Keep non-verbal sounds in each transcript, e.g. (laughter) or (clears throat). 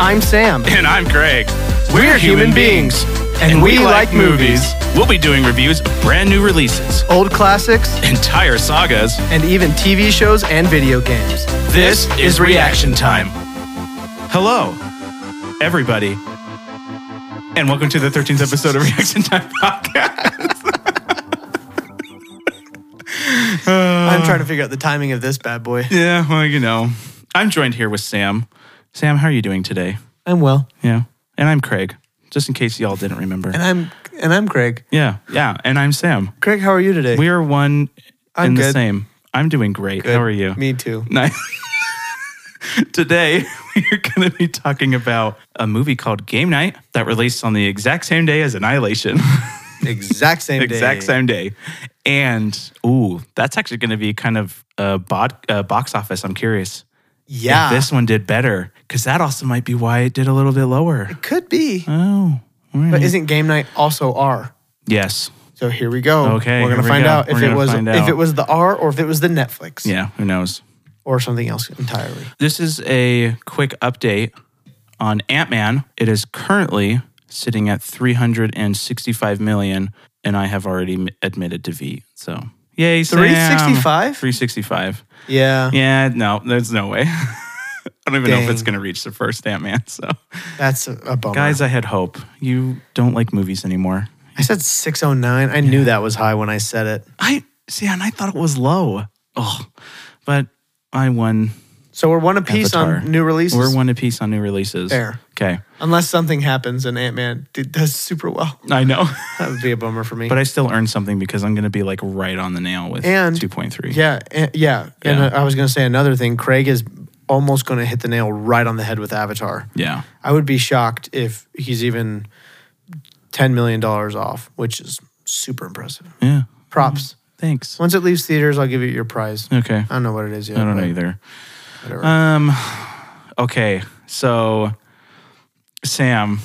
I'm Sam. And I'm Craig. We're, human beings, and, we, like movies, We'll be doing reviews of brand new releases, old classics, entire sagas. and even TV shows and video games. This is Reaction Time. Hello, everybody, and welcome to the 13th episode of Reaction Time Podcast. I'm trying to figure out the timing of this bad boy. yeah, well, you know, I'm joined here with Sam. Sam, how are you doing today? (laughs) I'm well, Yeah, and I'm Craig, just in case y'all didn't remember. and I'm and I'm Craig. Yeah, yeah, and I'm Sam. Craig, how are you today? We are one I'm and the good. same. I'm doing great. Good. How are you? Me too. Nice. (laughs) Today, (laughs) we're going to be talking about a movie called Game Night that released on the exact same day as Annihilation. (laughs) Exact same day. exact same day. And, ooh, that's actually going to be kind of a bod, uh, box office. I'm curious. Yeah. If this one did better, because that also might be why it did a little bit lower. could be. Oh, all right. But isn't game night also R? yes. So here we go. Okay, We're here gonna we find go. out We're if it gonna was find if out. it was the R or if it was the Netflix Yeah, who knows? or something else entirely. This is a quick update on Ant Man. It is currently sitting at 365 million, and I have already m- admitted to V. So, yay, Sam. 365? 365. Yeah. Yeah, no, there's no way. (laughs) I don't even know if it's Dang. going to reach the first Ant Man. So, That's a, a bummer. guys, I had hope. You don't like movies anymore. I said 609. I knew that was high when I said it. I see, and I thought it was low. Oh, but I won. So we're one apiece Avatar. on new releases. We're one apiece on new releases. Fair. Okay. Unless something happens and Ant Man does super well. (laughs) I know. That would be a bummer for me. But I still earn something because I'm going to be like right on the nail with And- 2.3. yeah, and, yeah, And Yeah. I I was going to say another thing. Craig is almost going to hit the nail right on the head with Avatar. Yeah. I would be shocked if he's even $10 million off, which is super impressive. Yeah. Props. Thanks. Once it leaves theaters, I'll give you your prize. Okay. I don't know what it is yet. I don't know but either. Whatever. Um okay. So Sam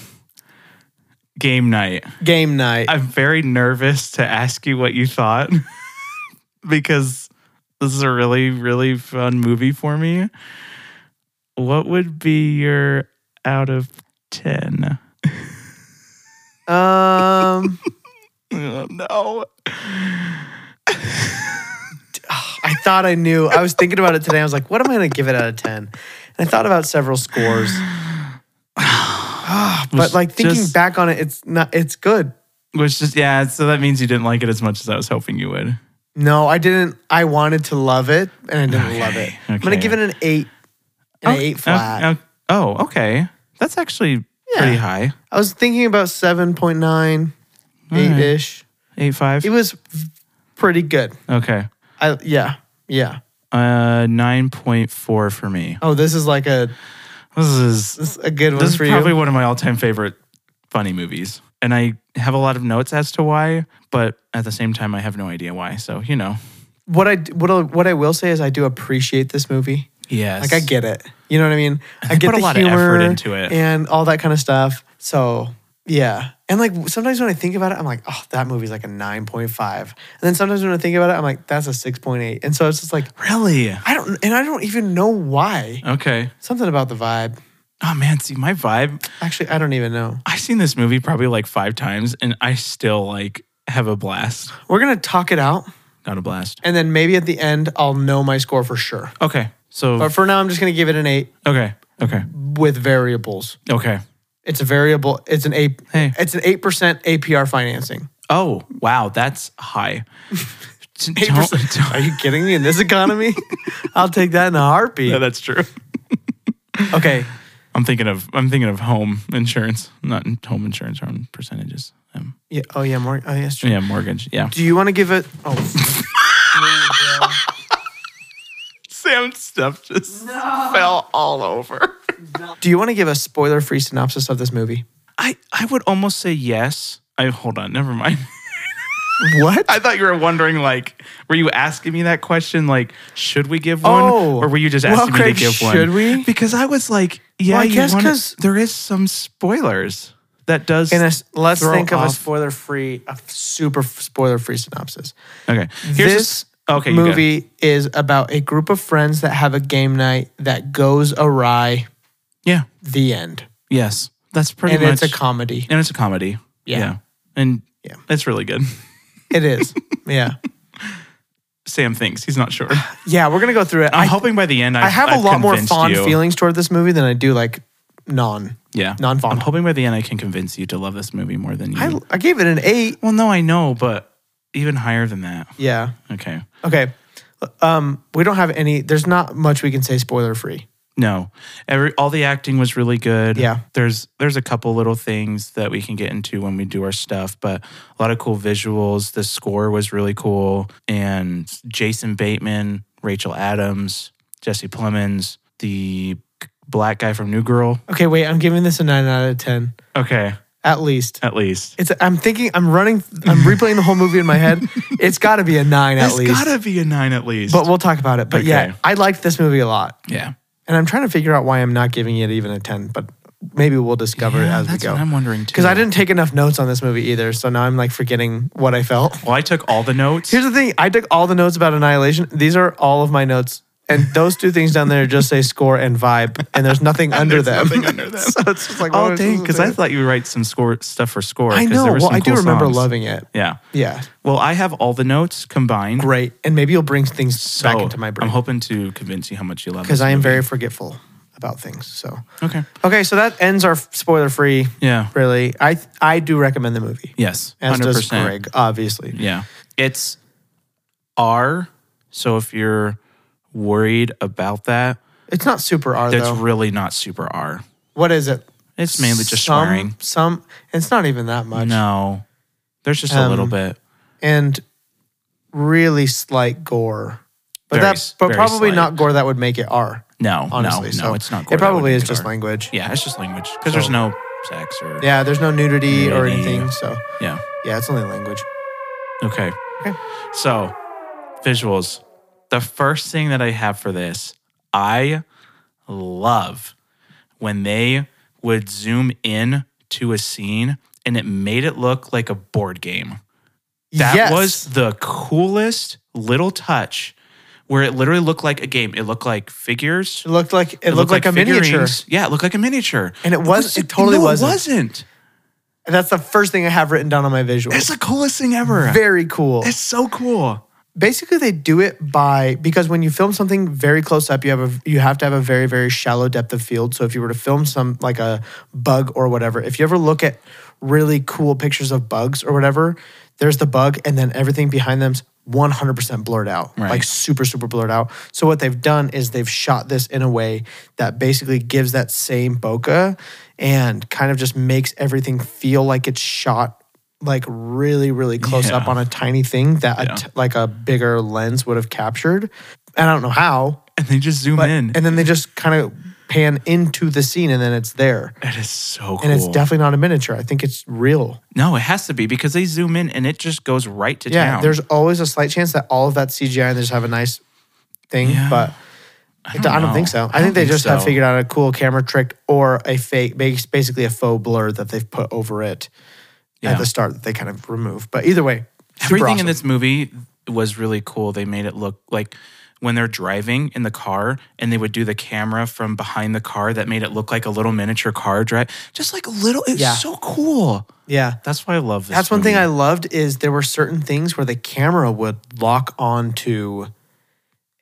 game night. Game night. I'm very nervous to ask you what you thought (laughs) because this is a really really fun movie for me. What would be your out of 10? um, Oh, no. I thought I knew. I was thinking about it today. I was like, what am I going to give it out of 10? And I thought about several scores. but Was like thinking Ah, just- back on it, it's not. It's good. Which just yeah, so that means you didn't like it as much as I was hoping you would. No, I didn't. I wanted to love it, and I didn't love it. Okay, I'm gonna okay. give it an eight, an Oh, eight flat. oh, Oh, oh, okay. That's actually pretty Yeah. high. I was thinking about seven point nine, eight ish. Eight five. It was pretty good. Okay. I yeah yeah. Uh, nine point four for me. Oh, this is like a This is this is a good one this is for probably you. one of my all time favorite funny movies, and I have a lot of notes as to why, but at the same time, I have no idea why. So you know. What I d- what I, what I will say is I do appreciate this movie. Yes. Like I get it. You know what I mean? I, they get put a the lot of humor effort into it. and all that kind of stuff. So yeah. And like sometimes when I think about it, I'm like, oh, that movie's like a 9.5. And then sometimes when I think about it, I'm like, that's a 6.8. And so it's just like, Really. I don't, and I don't even know why. Okay. Something about the vibe. Oh man, see my vibe. Actually, I don't even know. I've seen this movie probably like five times, and I still like have a blast. We're going to talk it out. Got a blast. And then maybe at the end, I'll know my score for sure. Okay. So But for now, I'm just going to give it an eight okay. Okay. with variables. Okay. It's a variable. It's an eight. Hey. It's an eight percent APR financing. Oh wow, that's (laughs) high. T- Eight don't- percent. don't- Are you kidding me? In this economy, (laughs) I'll take that in a No, heartbeat. that's true. Okay, I'm thinking of I'm thinking of home insurance, not in- home insurance, home percentages. Um, yeah. Oh yeah, more. Oh yes, true. yeah, mortgage. Yeah. Do you want to give it? Oh, Sam stuff just fell all over. do you want to give a spoiler-free synopsis of this movie? I I would almost say yes. I hold on, never mind. (laughs) What? I thought you were wondering like were you asking me that question like should we give one Oh. or were you just Well, asking Craig, me to give one? should we? Because I was like, yeah, Well, I you guess wanna- 'cause- there is some spoilers. That does In a, let's throw think of a off- spoiler-free, a super spoiler-free synopsis. Okay. this a, okay, you go. movie is about a group of friends that have a game night that goes awry. Yeah. The end. Yes. That's pretty and it's much. a comedy. and it's a comedy. Yeah. And Yeah. it's really good. It is. Yeah. (laughs) Sam thinks he's (sighs) not sure. Yeah, we're gonna go through it. I'm I, hoping by the end I've, I have a I've lot more convinced fond you. feelings toward this movie than I do like non. Yeah. non-fond. I'm hoping by the end I can convince you to love this movie more than you. I, I gave it an eight. well, no, I know, but even higher than that. Yeah. Okay. Okay. Um, we don't have any. There's not much we can say spoiler free. No. Every all the acting was really good. Yeah. There's there's a couple little things that we can get into when we do our stuff, but a lot of cool visuals. The score was really cool. And Jason Bateman, Rachel Adams, Jesse Plemons, the black guy from New Girl. Okay, wait. I'm giving this a nine out of ten Okay. at least. At least. It's. I'm thinking. I'm running. I'm replaying the whole movie in my (laughs) head. It's got to be a nine at It's least. gotta be a nine at least. but we'll talk about it. But yeah, Okay. I liked this movie a lot, yeah. and I'm trying to figure out why I'm not giving it even a ten. But maybe we'll discover Yeah, it as we that's go. what I'm wondering too. because I didn't take enough notes on this movie either. So now I'm like forgetting what I felt. Well, I took all the notes. Here's the thing: I took all the notes about Annihilation. These are all of my notes, and those two things down there just say score and vibe, and there's nothing under them. nothing under them. so it's just like what oh, was dang, this because I to do? thought you would write some score stuff for score. (laughs) I 'cause know. There were Well, some I do cool remember songs. loving it. Yeah. Yeah, Well, I have all the notes combined. great. And maybe you'll bring things So back into my brain I'm hoping to convince you how much you love because this I am movie. very forgetful about things. So okay. okay, so that ends our spoiler free. Yeah. Really, I I do recommend the movie. Yes. As Hundred does percent. Greg, obviously. Yeah. It's R. So if you're worried about that, It's not super R that's though. really not super R. what is it? It's mainly just some, swearing. Some, it's not even that much. No, there's just a Um, little bit. and really slight gore. But Very that, s- but very probably slight. not gore that would make it R. No, Honestly, no, so no, it's not. It gore. That would probably make is it just R. language. Yeah, it's just language because So- there's no sex or Yeah, there's no nudity, or Nudity. anything. So yeah. yeah, it's only language. Okay. Okay. So, visuals. The first thing that I have for this, I love when they would zoom in to a scene and it made it look like a board game. That Yes. was the coolest little touch where it literally looked like a game. It looked like figures. It looked like it, looked, like, a miniature, figurines. Yeah, it looked like a miniature. and it was. It totally no, wasn't. It wasn't. And that's the first thing I have written down on my visual. It's the coolest thing ever. very cool. it's so cool. Basically, they do it by because when you film something very close up, you have a you have to have a very very shallow depth of field. So if you were to film some like a bug or whatever, if you ever look at really cool pictures of bugs or whatever, there's the bug and then everything behind them's 100% blurred out, Right. like super super blurred out. So what they've done is they've shot this in a way that basically gives that same bokeh and kind of just makes everything feel like it's shot like really really close Yeah. up on a tiny thing that a t- like a bigger lens would have captured. And I don't know how. And they just zoom But, in. and then they just kind of pan into the scene and then it's there. That is so cool. And it's definitely not a miniature. I think it's real. no, it has to be because they zoom in and it just goes right to Yeah. town. There's always a slight chance that all of that CGI and they just have a nice thing. Yeah. But I I don't, think know. so. I, don't think they just have so. figured out a cool camera trick or a fake, bas- basically a faux blur that they've put over it Yeah. at the start that they kind of remove. But either way, super everything in awesome. this movie was really cool. They made it look like when they're driving in the car and they would do the camera from behind the car that made it look like a little miniature car drive. Just like a little it's Yeah. so cool. yeah. That's why I love this. That's one thing movie. I loved is there were certain things where the camera would lock onto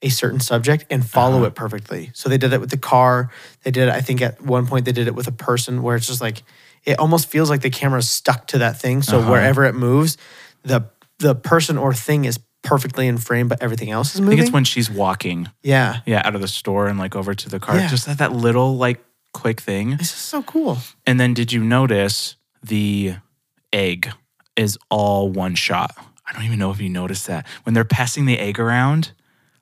a certain subject and follow Uh-huh. it perfectly. So they did it with the car. They did it, I think at one point they did it with a person where it's just like it almost feels like the camera's stuck to that thing. Uh-huh. So wherever it moves, the the person or thing is perfectly in frame, but everything else is I moving. think it's when she's walking, yeah. yeah, out of the store and like over to the car. Yeah. Just that, that little like quick thing. This is so cool. And then did you notice the egg is all one shot? I don't even know if you noticed that. When they're passing the egg around,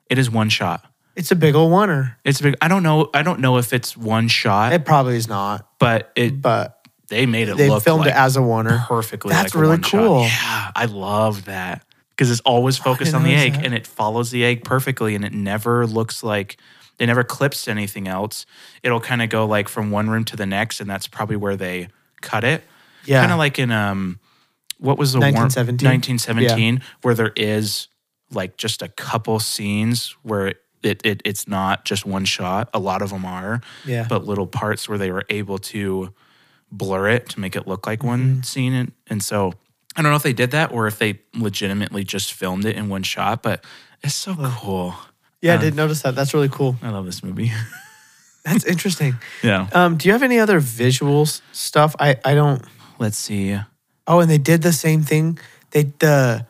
it is one shot. It's a big old oneer. It's a big I don't know I don't know if it's one shot, It probably is not, but it but they made it they look filmed like it as a (gasps) oneer. perfectly That's like a really one-shot. cool. Yeah, I love that. Cuz it's always focused didn't on the notice egg that. and it follows the egg perfectly and it never looks like it never clips to anything else. It'll kind of go like from one room to the next and that's probably where they cut it. Yeah. kind of like in um what was the war- 1917? 1917 where there is like just a couple scenes where it, it it's not just one shot. A lot of them are, Yeah. but little parts where they were able to blur it to make it look like Mm-hmm. one scene. And, and so I don't know if they did that or if they legitimately just filmed it in one shot, but it's so cool. yeah, I did notice that. That's really cool. I love this movie. (laughs) That's interesting. yeah. Um, do you have any other visuals stuff? I, I don't. Let's see. Oh, and they did the same thing. They the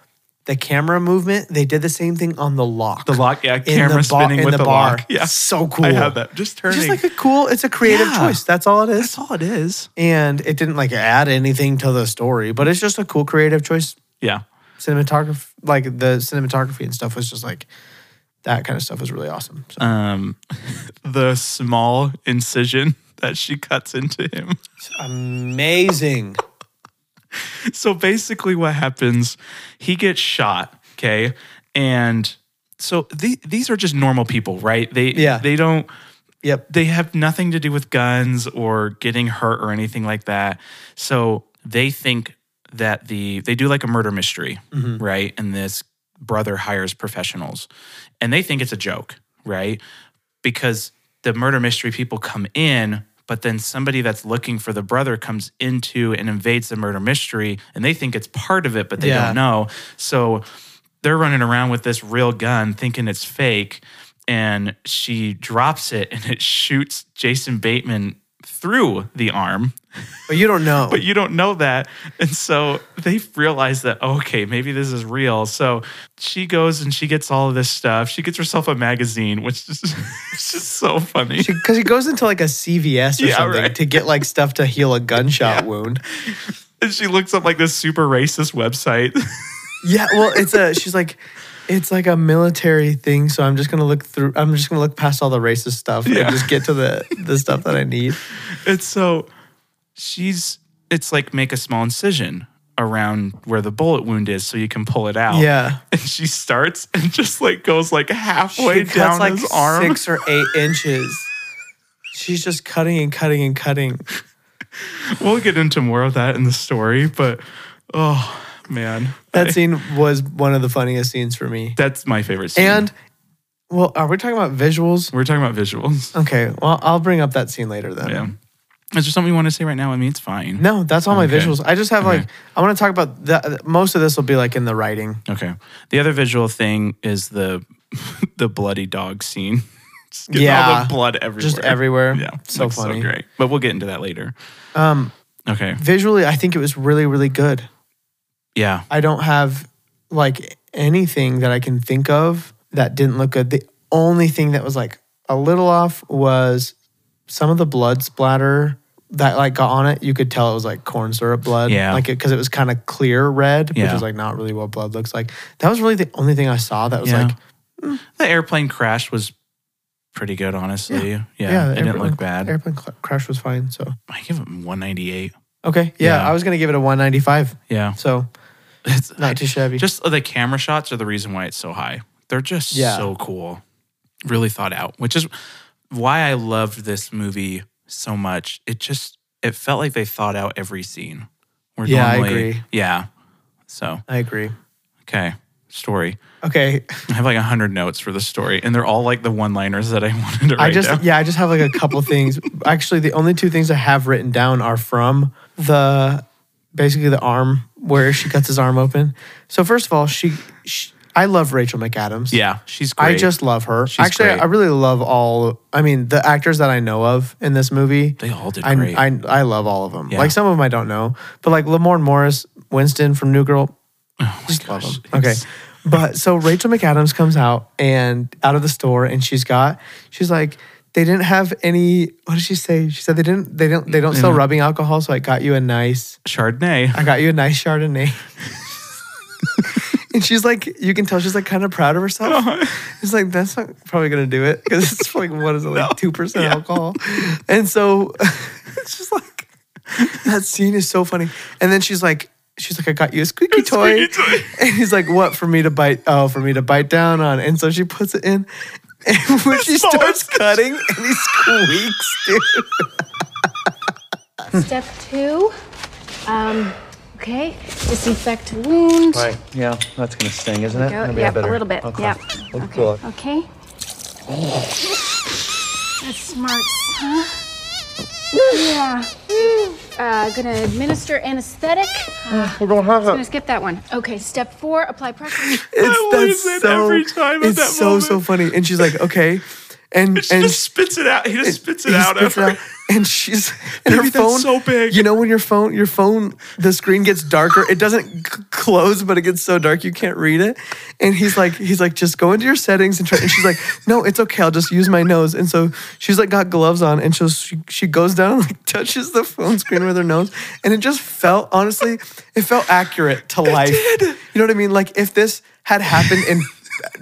the camera movement. They did the same thing on the lock. The lock, yeah, In camera the bar- spinning in with the the, bar. lock. Yeah. So cool. I have that. Just turning. Just like a cool. It's a creative Yeah. choice. That's all it is. That's all it is. And it didn't like add anything to the story, but it's just a cool creative choice. Yeah. Cinematography, like the cinematography and stuff, was just like that kind of stuff was really awesome. So, Um, (laughs) the small incision that she cuts into him. (laughs) amazing. So basically, what happens? He gets shot. Okay, and so the, these are just normal people, right? They Yeah. They don't. Yep. They have nothing to do with guns or getting hurt or anything like that. So they think that the they do like a murder mystery, right? And this brother hires professionals and they think it's a joke, right? Because the murder mystery people come in, but then somebody that's looking for the brother comes into and invades the murder mystery and they think it's part of it, but they Yeah. don't know. So they're running around with this real gun thinking it's fake. And she drops it and it shoots Jason Bateman through the arm But you don't know. but you don't know that. And so they realize that, okay, maybe this is real. So she goes and she gets all of this stuff. She gets herself a magazine, which is (laughs) it's just so funny. because he goes into like a CVS or Yeah, something right. to get like stuff to heal a gunshot wound. and she looks up like this super racist website. (laughs) Yeah, well, it's a. She's like, it's like a military thing. So I'm just gonna look through. I'm just gonna look past all the racist stuff Yeah. and just get to the the stuff that I need. and so she's, it's like make a small incision around where the bullet wound is so you can pull it out. Yeah, And she starts and just like goes like she halfway down like his arm. six or eight inches. She's just cutting and cutting and cutting. We'll get into more of that in the story, but oh man. That scene was one of the funniest scenes for me. That's my favorite scene. And well, are we talking about visuals? we're talking about visuals. Okay, well, I'll bring up that scene later then. Yeah. Is there something you want to say right now? I mean, it's fine. No, that's all my Okay. visuals. I just have like I want to talk about that. Most of this will be like in the writing. Okay. The other visual thing is the (laughs) the bloody dog scene. (laughs) Just getting all Yeah. the blood everywhere. Just everywhere. Yeah. So looks funny. So great. But we'll get into that later. Um, Okay. visually, I think it was really, really good. Yeah. I don't have like anything that I can think of that didn't look good. The only thing that was like a little off was some of the blood splatter that like got on it. You could tell it was like corn syrup blood, Yeah. like because it, was kind of clear red, which Yeah. is like not really what blood looks like. That was really the only thing I saw that was Yeah. like, The airplane crash was pretty good, honestly. Yeah. yeah, it didn't airplane- look bad. Airplane cl- crash was fine. So I give it 198. okay, yeah, Yeah. I was gonna give it a one ninety five. Yeah. So It's not too shabby. just the camera shots are the reason why it's so high. They're just Yeah. so cool, really thought out, which is why I loved this movie so much. It just it felt like they thought out every scene. Where Yeah, I agree. Yeah, so I agree. okay, story. Okay, I have like hundred notes for the story, and they're all like the one-liners that I (laughs) wanted to write I just down. yeah, I just have like a (laughs) couple things. Actually, the only two things I have written down are from the basically the arm where she cuts his arm open. So first of all, she, she I love Rachel McAdams. Yeah, she's great. I just love her. She's Actually, great. I really love all. I mean, the actors that I know of in this movie, they all did I, great. I I love all of them. Yeah. Like some of them I don't know, but like Lamorne Morris, Winston from New Girl, just love Oh gosh. them. Okay, but so Rachel McAdams comes out and out of the store, and she's got she's like they didn't have any. What did she say? She said they didn't they don't they don't sell rubbing alcohol, so I got you a nice (laughs) Chardonnay. I got you a nice Chardonnay. And she's like, you can tell she's like kind of proud of herself. Uh-huh. It's like, that's not probably gonna do it because it's like, what is it, (laughs) like 2% alcohol? And so (laughs) it's just like, that scene is so funny. And then she's like, she's like, I got you a squeaky toy. squeaky toy. And he's like, what for me to bite? Oh, for me to bite down on. And so she puts it in. (laughs) And when she smallest- starts cutting, and he squeaks, dude. Step two, um, okay, disinfect wound. Right. Yeah, that's gonna sting, isn't it? Go- Maybe I yep, a better- little bit. Okay. Yep. Look, look. Okay. That's smart, huh? Yeah. Uh, gonna administer anesthetic. Uh, We don't have gonna it. skip that one. Okay, step four, apply pressure. I It's lose that's it so every time at it's that so so moment. funny. And she's like, okay, and She and just spits it out. He just spits it he out. spits it out, after. (laughs) and she's and Baby, her that's phone so big. You know when your phone your phone the screen gets darker. It doesn't c- close, but it gets so dark you can't read it. And he's like he's like just go into your settings and try. And she's like no, it's okay. I'll just use my nose. And so she's like got gloves on, and so she she goes down and like (laughs) touches the phone screen with her nose, and it just felt honestly it felt accurate to life. You know what I mean? Like if this had happened and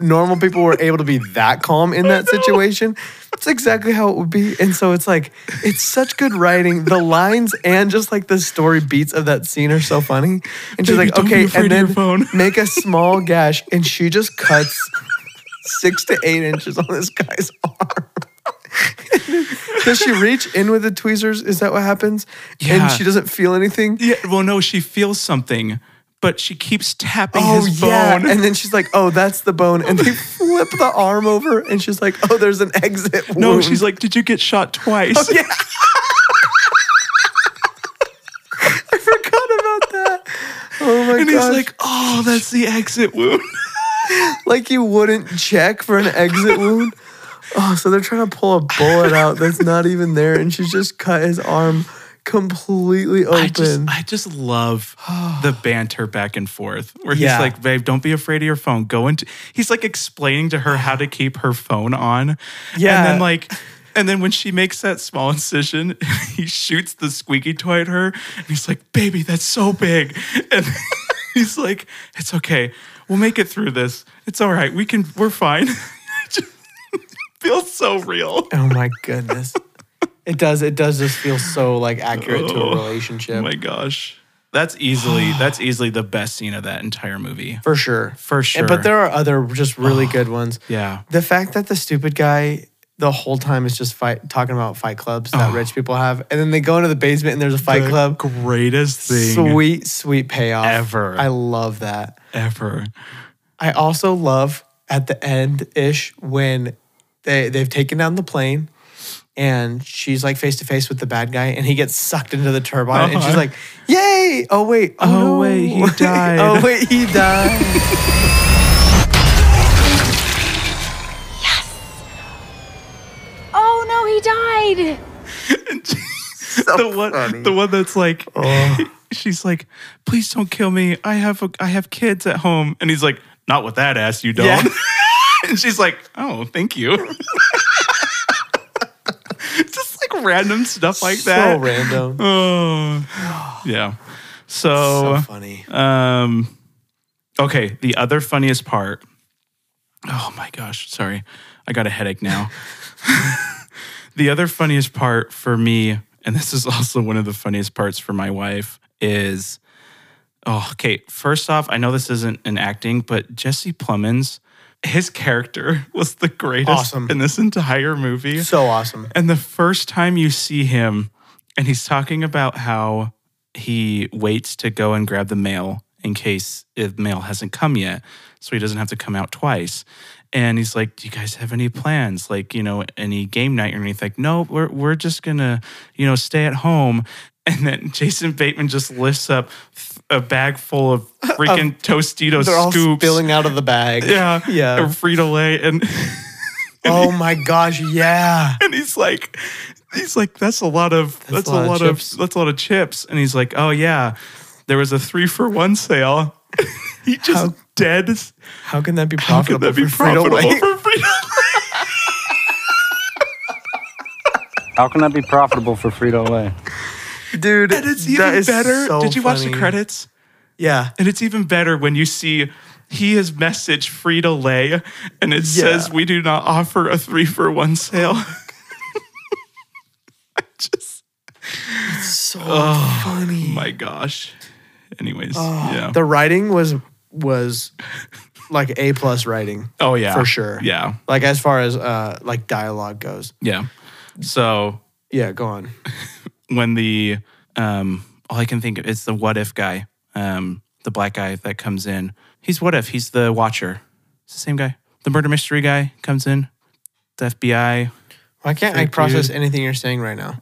normal people were able to be that calm (laughs) in that situation. That's exactly how it would be. And so it's like, it's such good writing. The lines and just like the story beats of that scene are so funny. And she's Baby, like, don't be okay, afraid and of your then phone." (laughs) make a small gash. And she just cuts six to eight inches on this guy's (laughs) arm. Does she reach in with the tweezers? Is that what happens? Yeah. And she doesn't feel anything? Yeah, well, no, she feels something, but she keeps tapping his bone. Oh, And then she's like, oh, that's the bone. And (laughs) they flip the arm over and she's like, oh, there's an exit. (laughs) no, wound. Oh, she's like, "Did you get shot twice?" yeah. I forgot about that. (laughs) Oh my and he's gosh. like, "Oh, that's the exit wound." like you wouldn't check for an exit (laughs) wound. Oh, so they're trying to pull a bullet out that's not even there, and she's just cut his arm completely open. I just, I (gasps) just love the banter back and forth where he's Yeah. like, "Babe, don't be afraid of your phone. Go into." He's like explaining to her how to keep her phone on. and Yeah. then like. And then when she makes that small incision, (laughs) he shoots the squeaky toy at her, and he's like, "Baby, that's so big." (laughs) And he's like, "It's okay. We'll make it through this. It's all right. We can. We're fine." (laughs) It Feels so real. oh my goodness. (laughs) It does. It does just feel so like accurate to a Oh relationship my gosh. That's (gasps) easily that's easily the best scene of that entire movie. for sure. For And- sure. But there are other just really (sighs) good ones. Yeah. The fact that the stupid guy the whole time is just fight talking about fight clubs that rich people have, and then they go into the basement and there's a fight Oh. The club. Greatest thing Sweet, sweet payoff Ever. I love that. (laughs) ever. I also love at the end ish when they they've taken down the plane and she's like face to face with the bad guy and he gets sucked into the turbine and she's Uh-huh. like, "Yay! Oh wait! (laughs) Oh, Oh, no. wait, he died. oh wait, he died." Oh no, he died. the one the one that's like (laughs) she's like, please don't kill me. I have a, I have kids at home. And he's like, not with that ass, you don't. Yeah. (laughs) and she's like, oh, thank you. (laughs) It's Just like random stuff (laughs) like that. so random. Oh, yeah. so So, funny. um, okay. The other funniest part. Oh my gosh. Sorry. I got a headache now. the other funniest part for me, and this is (laughs) also one of the funniest parts for my wife, is oh, okay. First off, I know this isn't in acting, but Jesse Plemons, his character (laughs) was the greatest Awesome. in this entire movie. So awesome. And the first time you see him, and he's talking about how he waits to go and grab the mail in case the mail hasn't come yet. So he doesn't have to come out twice. And he's like, Do you guys have any plans? Like, you know, any game night or anything? Like, no, we're, we're just going to, you know, stay at home. (laughs) And then Jason Bateman just lifts up a bag (laughs) full of freaking Tostitos They're all scoops. spilling out of the bag. yeah. (laughs) Yeah. Or Frito Lay. And. Oh my gosh, yeah. (laughs) and he's like he's like that's a lot of that's, a lot, of, chips. that's a lot of chips and he's like oh yeah there was a three for one sale (laughs) he just How- dead as- How can that be how could profitable? that be for Frito-Lay? profitable (laughs) for Frito-Lay? How can that be profitable for Frito Lay? (laughs) Dude, and it's that even is better so did you watch the funny. credits Yeah. and it's even better when you see he has messaged Frito Lay and Yeah. it says we do not offer a three for one sale. (laughs) I just So funny. my gosh. Anyways, yeah. The writing was was like A plus writing. Oh yeah. For sure. Yeah. Like as far as uh like dialogue goes. Yeah. So Yeah, go on. when the um all I can think of is the what if guy, um, the black guy that comes in. He's what if, he's the watcher. It's the same guy. The murder mystery guy comes in. the FBI. Why can't I Fake process news. anything you're saying right now?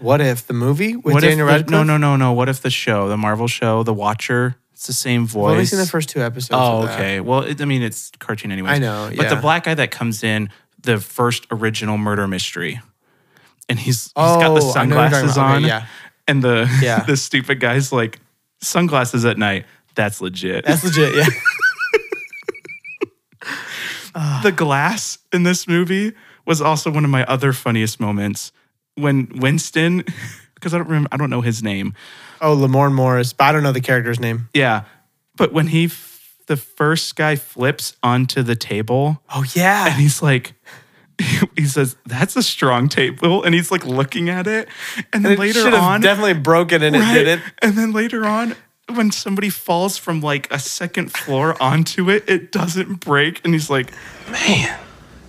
What if the movie with what Daniel if the- Radcliffe? no no no no? What if the show, the Marvel show, the Watcher? It's the same voice. I've only seen the first two episodes. Oh, of that. okay. Well, it, I mean, it's cartoon anyway. I know, But the yeah. black guy that comes in, the first original murder mystery, and he's he's Oh, I got know the what you're talking sunglasses about. on, Okay, yeah. and the Yeah. (laughs) the stupid guy's like sunglasses at night. That's legit. That's legit. Yeah. (sighs) (laughs) the glass in this movie was also one of my other funniest moments when Winston, (laughs) because I don't remember, I don't know his name. oh, Lamorne Morris, but I don't know the character's name. Yeah, but when he, f- the first guy flips onto the table. Oh yeah. and he's like (laughs) he says that's a strong table and he's like looking at it and then It later should have on definitely broken and right, it didn't. (laughs) and then later on when somebody falls from like a second floor onto it it doesn't break and he's like Man,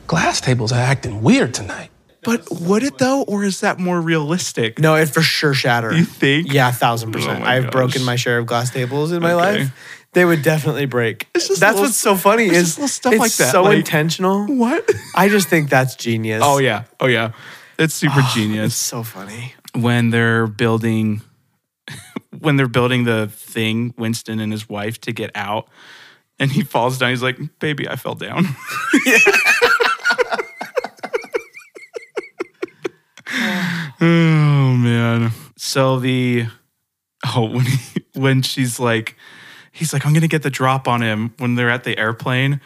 glass tables are acting weird tonight. but would it though or is that more realistic No, it for sure shattered. You think? Yeah, thousand percent. Oh my I've gosh. broken my share of glass tables in my Okay. life. They would definitely break. It's just that's little- what's so funny it's is just little stuff it's like that, So like- intentional. (laughs) what I just think that's genius. oh yeah oh yeah it's super it's genius so funny. when they're building (laughs) when they're building the thing winston and his wife to get out and he falls down he's like baby i fell down (laughs) oh man so the oh when he, when she's like he's like i'm gonna get the drop on him when they're at the airplane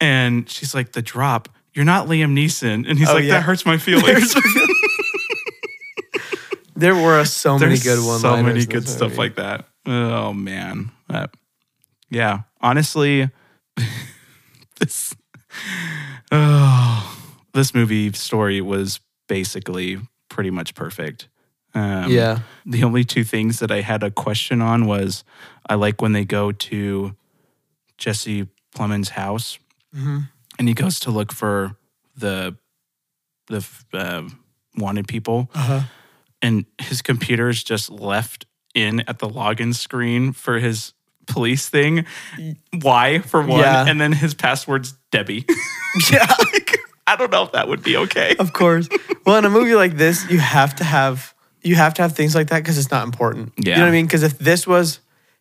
and she's like the drop you're not liam neeson and he's Oh, like yeah. (laughs) that hurts my feelings There were so many There's good one. So many good stuff like that. Oh man. That- yeah. Honestly, (laughs) this oh, this movie story was basically pretty much perfect. Um, Yeah. The only two things that I had a question on was I like when they go to Jesse Plemons' house Mm-hmm. and he goes to look for the the uh, wanted people Uh-huh. and his computer is just left in at the login screen for his police thing. Why for one, Yeah. and then his password's Debbie. (laughs) (laughs) Yeah. like, I don't know if that would be okay. Of course. well, in a movie like this, you have to have you have to have things like that because it's not important. You know Yeah. what I mean? Because if this was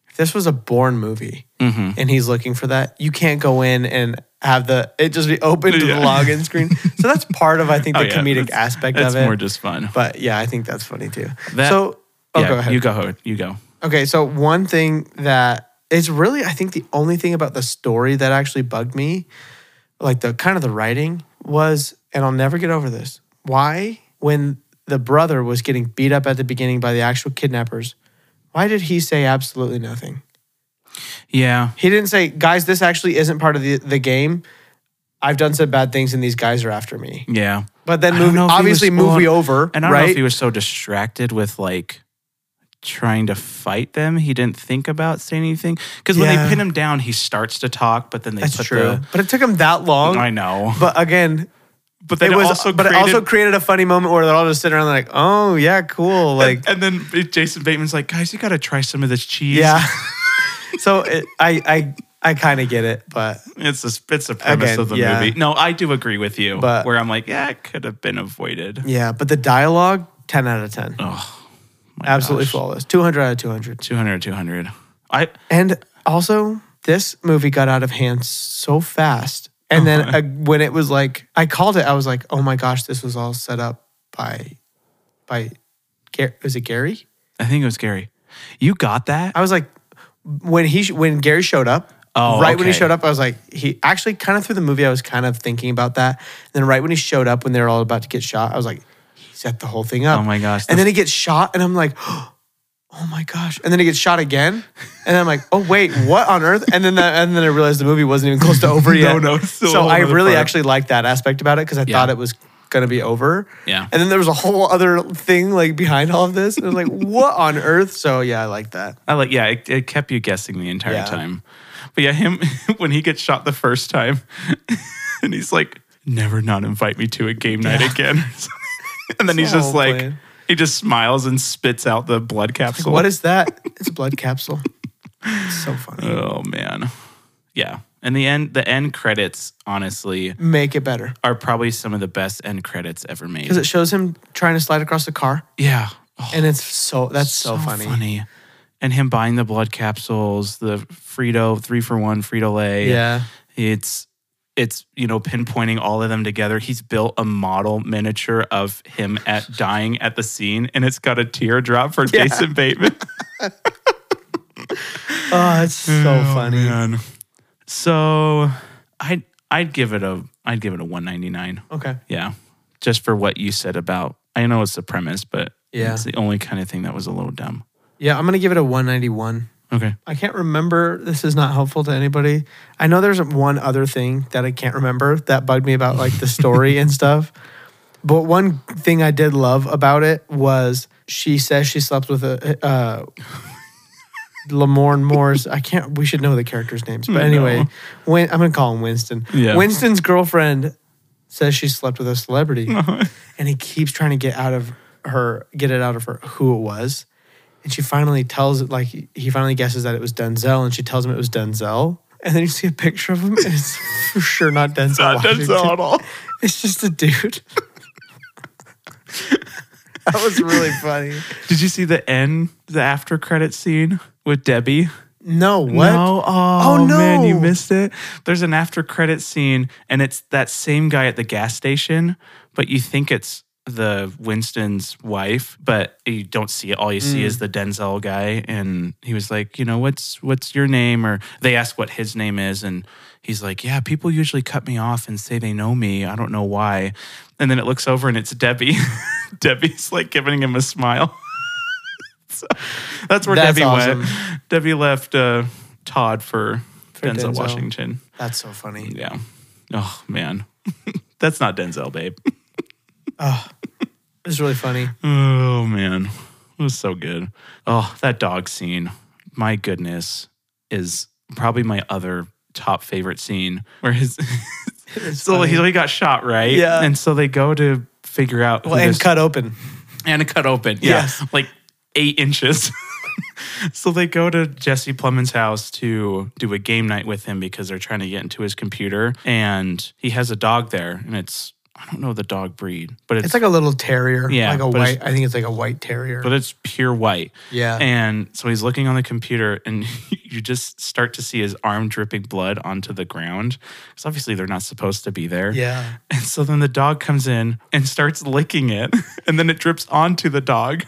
if this was a born movie Mm-hmm. and he's looking for that, you can't go in and have the it just be open to Yeah. the login screen. so that's part of I think the (laughs) Oh, yeah, comedic that's- aspect that's of it. more just fun. but yeah, I think that's funny too. That- so oh, yeah, go ahead. you go. Howard. You go. Okay, so one thing that is really, I think, the only thing about the story that actually bugged me, like the kind of the writing, was, and I'll never get over this. Why, when the brother was getting beat up at the beginning by the actual kidnappers, why did he say absolutely nothing? Yeah. He didn't say, guys, this actually isn't part of the, the game. I've done some bad things and these guys are after me. Yeah. But then I don't move, know if he obviously was- movie well, over, And I don't right? know if he was so distracted with like trying to fight them, he didn't think about saying anything. Because when Yeah. they pin him down, he starts to talk, but then they That's put true. the. but it took him that long. I know, But again, but then it was, also but it created- also created a funny moment where they're all just sitting around like, oh yeah, cool, (laughs) like and then Jason Bateman's like, guys, you got to try some of this cheese. yeah. (laughs) so it, I I I kind of get it, but (laughs) it's a it's a premise Again, of the yeah. movie. No, I do agree with you. But- where I'm like, yeah, it could have been avoided. yeah, but the dialogue, ten out of ten, absolutely Oh gosh. flawless, two hundred out of two hundred, 200, 200. I and also this movie got out of hand so fast, Oh and then uh, when it was like I called it, I was like, oh my gosh, this was all set up by by Gar- was it Gary? I think it was Gary. You got that? I was like, when he sh- when Gary showed up, Oh, right when he okay. showed up, I was like, he actually kind of through the movie, I was kind of thinking about that. And then right when he showed up, when they were all about to get shot, I was like, he set the whole thing up. Oh my gosh, And the- then he gets shot, and I'm like, (gasps) oh my gosh. And then he gets shot again, and I'm like, oh wait, what on earth? And then that, and then I realized the movie wasn't even close to over yet. (laughs) no, it's still so all I over the really park. actually liked that aspect about it because I thought it was gonna be over. Yeah. And then there was a whole other thing like behind all of this, and I was like, what on earth? So yeah, I like that. I like yeah, it, it kept you guessing the entire Yeah. time. But yeah, him (laughs) when he gets shot the first time (laughs) and he's like, never not invite me to a game night again. (laughs) and then he's the just whole like plan. he just smiles and spits out the blood capsule. What is that? It's a blood capsule. It's so funny. Oh man. Yeah. And the end the end credits, honestly, Make it better are probably some of the best end credits ever made. because it shows him trying to slide across the car, yeah. Oh, and it's so that's so, funny. And him buying the blood capsules, the Frito three for one Frito Lay. Yeah. It's it's you know pinpointing all of them together. He's built a model miniature of him (laughs) at dying at the scene, and it's got a teardrop for Jason (laughs) Bateman. Oh, it's so funny. Oh, So I I'd give it a I'd give it a one ninety nine. Okay. Yeah, just for what you said about I know it's the premise, but Yeah. it's the only kind of thing that was a little dumb. Yeah, I'm gonna give it a 191. Okay, I can't remember. This is not helpful to anybody. I know there's one other thing that I can't remember that bugged me about like the story and stuff. But one thing I did love about it was she says she slept with a uh, Lamorne Moore's. I can't. We should know the characters' names. But anyway, Win, I'm gonna call him Winston. Yeah. Winston's girlfriend says she slept with a celebrity, (laughs) and he keeps trying to get out of her, get it out of her who it was. And she finally tells it, like, he finally guesses that it was Denzel, and she tells him it was Denzel. And then you see a picture of him, and it's for sure not Denzel. Washington. (laughs) all. It's just a dude. (laughs) that was really funny. Did you see the end, the after credit scene with Debbie? No, what? No, oh, Oh, man, you no. missed it. There's an after credit scene, and it's that same guy at the gas station, but you think it's the Winston's wife, but you don't see it. All you see Mm. is the Denzel guy, and he was like, you know, what's what's your name? Or they ask what his name is, and he's like, yeah, people usually cut me off and say they know me. I don't know why. And then it looks over, and it's Debbie. (laughs) Debbie's like giving him a smile. (laughs) So, that's where That's Debbie awesome. went. Debbie left uh, Todd for, Denzel, Denzel. Washington. That's so funny. Yeah. Oh man, (laughs) that's not Denzel, babe. It was really funny. Oh man, it was so good. Oh, that dog scene. My goodness, is probably my other top favorite scene where his (laughs) Uh, so he, he got shot right. Yeah. and so they go to figure out who Well, and this- cut open. and cut open. Yeah. Yes. Like eight inches. (laughs) so they go to Jesse Plumman's house to do a game night with him because they're trying to get into his computer. And he has a dog there. And it's, I don't know the dog breed, but it's, It's like a little terrier. Yeah, Like a but it's- white, I think it's like a white terrier. but it's pure white. Yeah. And so he's looking on the computer and (laughs) you just start to see his arm dripping blood onto the ground. Because obviously they're not supposed to be there. yeah. And so then the dog comes in and starts licking it, (laughs) and then it drips onto the dog.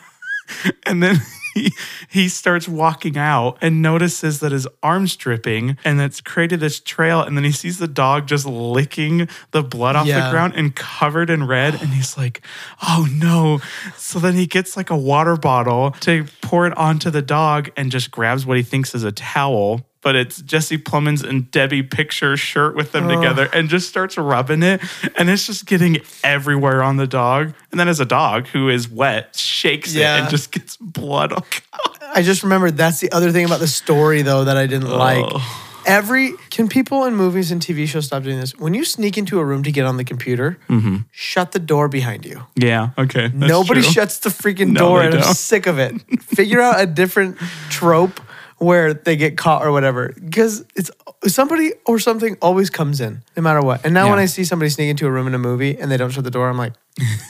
And then (laughs) he, he starts walking out and notices that his arm's dripping, and that's created this trail. And then he sees the dog just licking the blood off Yeah. the ground and covered in red. And he's like, oh no. So then he gets like a water bottle to pour it onto the dog and just grabs what he thinks is a towel. But it's Jesse Plemons and Debbie picture shirt with them together and just starts rubbing it. And it's just getting everywhere on the dog. And then as a dog who is wet, shakes it Yeah. and just gets blood. all- (laughs) I just remembered that's the other thing about the story though that I didn't Oh. like. Every can people in movies and TV shows stop doing this? When you sneak into a room to get on the computer, Mm-hmm. shut the door behind you. Yeah. Okay. that's Nobody true. shuts the freaking No, door, they and I'm don't. sick of it. Figure out a different trope where they get caught or whatever, because it's somebody or something always comes in, no matter what. And now when Yeah. I see somebody sneak into a room in a movie and they don't shut the door, I'm like,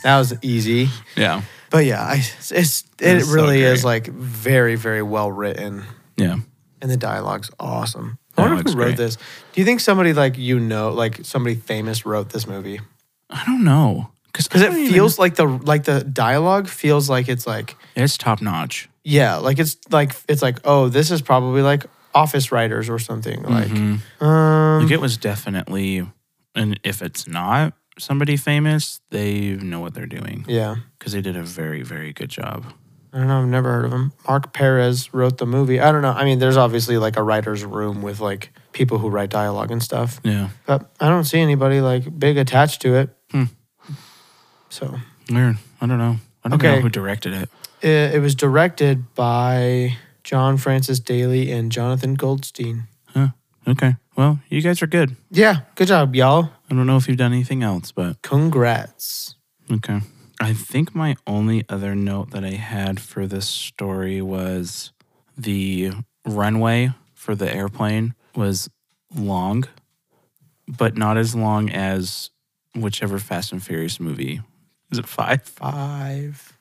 that was easy. Yeah. But yeah, I, it's it That's so really is great. like very very well written, Yeah. and the dialogue's awesome. I wonder Dialogue's who wrote great. this. Do you think somebody like you know, like somebody famous wrote this movie? I don't know. Because it feels like the like the dialogue feels like it's like it's top notch. yeah, like it's like it's like oh, this is probably like office writers or something like Like it was definitely, and if it's not somebody famous, they know what they're doing yeah. because they did a very, very good job. I don't know. I've never heard of him. Mark Perez wrote the movie. I don't know. I mean, there's obviously like a writer's room with like people who write dialogue and stuff. Yeah. but I don't see anybody like big attached to it. So Weird. I don't know. I don't Okay. know who directed it. it, it was directed by John Francis Daly and Jonathan Goldstein. Huh. Okay. Well, you guys are good. Yeah, good job, y'all. I don't know if you've done anything else, but Congrats. Okay. I think my only other note that I had for this story was the runway for the airplane was long, but not as long as whichever Fast and Furious movie. Is it five? Five.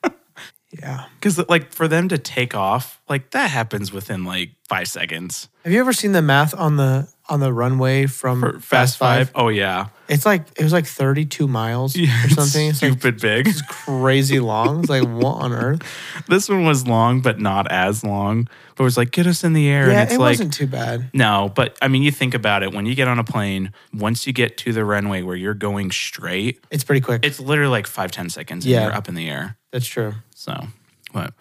yeah. Because like for them to take off, like that happens within like five seconds. Have you ever seen the math on the on the runway from For Fast Five, (laughs) oh yeah, It's like it was like 32 miles or It's something. It's like stupid big. (laughs) crazy long. It's like what on earth? This one was long, but not as long. But it was like get us in the air, Yeah, (laughs) and it's it like wasn't too bad. No, but I mean, you think about it when you get on a plane, once you get to the runway where you're going straight, It's pretty quick. it's literally like five, 10 seconds and Yeah. you're up in the air. That's true. So, what?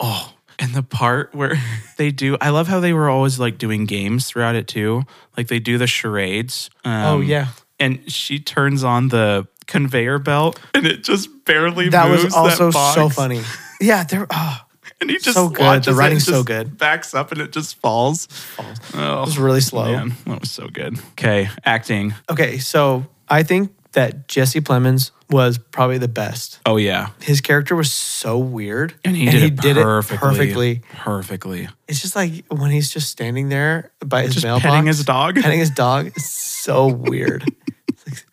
Oh, and the part where (laughs) they do, I love how they were always like doing games throughout it too. Like they do the charades. Um, oh yeah. And she turns on the conveyor belt and it just barely That moves. was also box. so funny. Yeah, there oh, And he just So good. The watches it and writing's so just good. Backs up and it just falls. Oh, it was really slow. Man, that was so good. Okay, acting. Okay, so I think that Jesse Plemons was probably the best. Oh yeah, His character was so weird, and he did, it, perfectly, perfectly. perfectly. It's just like when he's just standing there by his Just mailbox, petting his dog. petting his dog. It's so weird. It's like,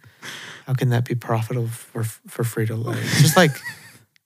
how can that be profitable for for Frito Lay? Just like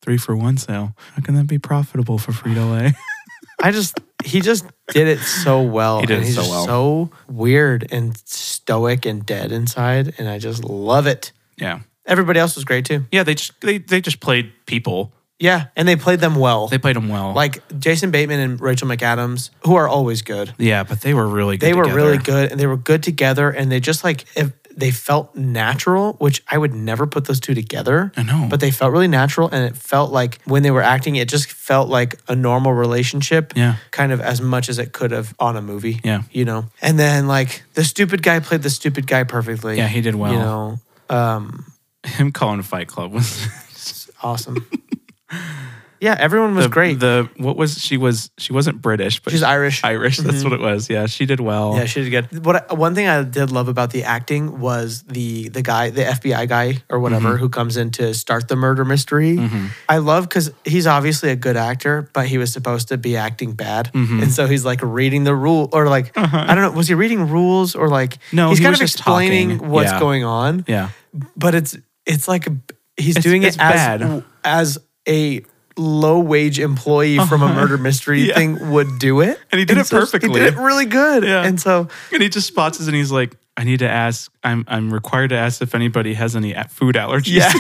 Three for one sale. How can that be profitable for Frito Lay? (laughs) I just he just did it so well. He did and it he's so just well. So weird and stoic and dead inside, and I just love it. yeah, Everybody else was great too. yeah. They just they they just played people. Yeah, and they played them well. They played them well. like Jason Bateman and Rachel McAdams, who are always good. yeah, but they were really good They were together. really good, and they were good together, and they just like if they felt natural, which I would never put those two together. I know. but they felt really natural, and it felt like when they were acting, it just felt like a normal relationship. Yeah. kind of as much as it could have on a movie. Yeah. you know. And then like the stupid guy played the stupid guy perfectly. Yeah, he did well. You know, um, Him calling Fight Club was (laughs) awesome. (laughs) yeah, everyone was the, great. The what was she was she wasn't British, but She's Irish. Mm-hmm. Irish. That's what it was. Yeah, she did well. Yeah, she did good. What I, one thing I did love about the acting was the the guy, the FBI guy or whatever, Mm-hmm. who comes in to start the murder mystery. I love because he's obviously a good actor, but he was supposed to be acting bad, Mm-hmm. and so he's like reading the rule or like I don't know, was he reading rules or like Uh-huh. No, he's he kind was of just explaining talking. what's Yeah. going on, yeah. but it's it's like he's It's- doing it's it as bad. as a low wage employee from a murder mystery Uh-huh. (laughs) Yeah. thing would do it, And he did it so perfectly. He did it really good, Yeah. and so. And he just spots us and he's like, I need to ask, I'm, I'm required to ask if anybody has any a- food allergies. Yeah.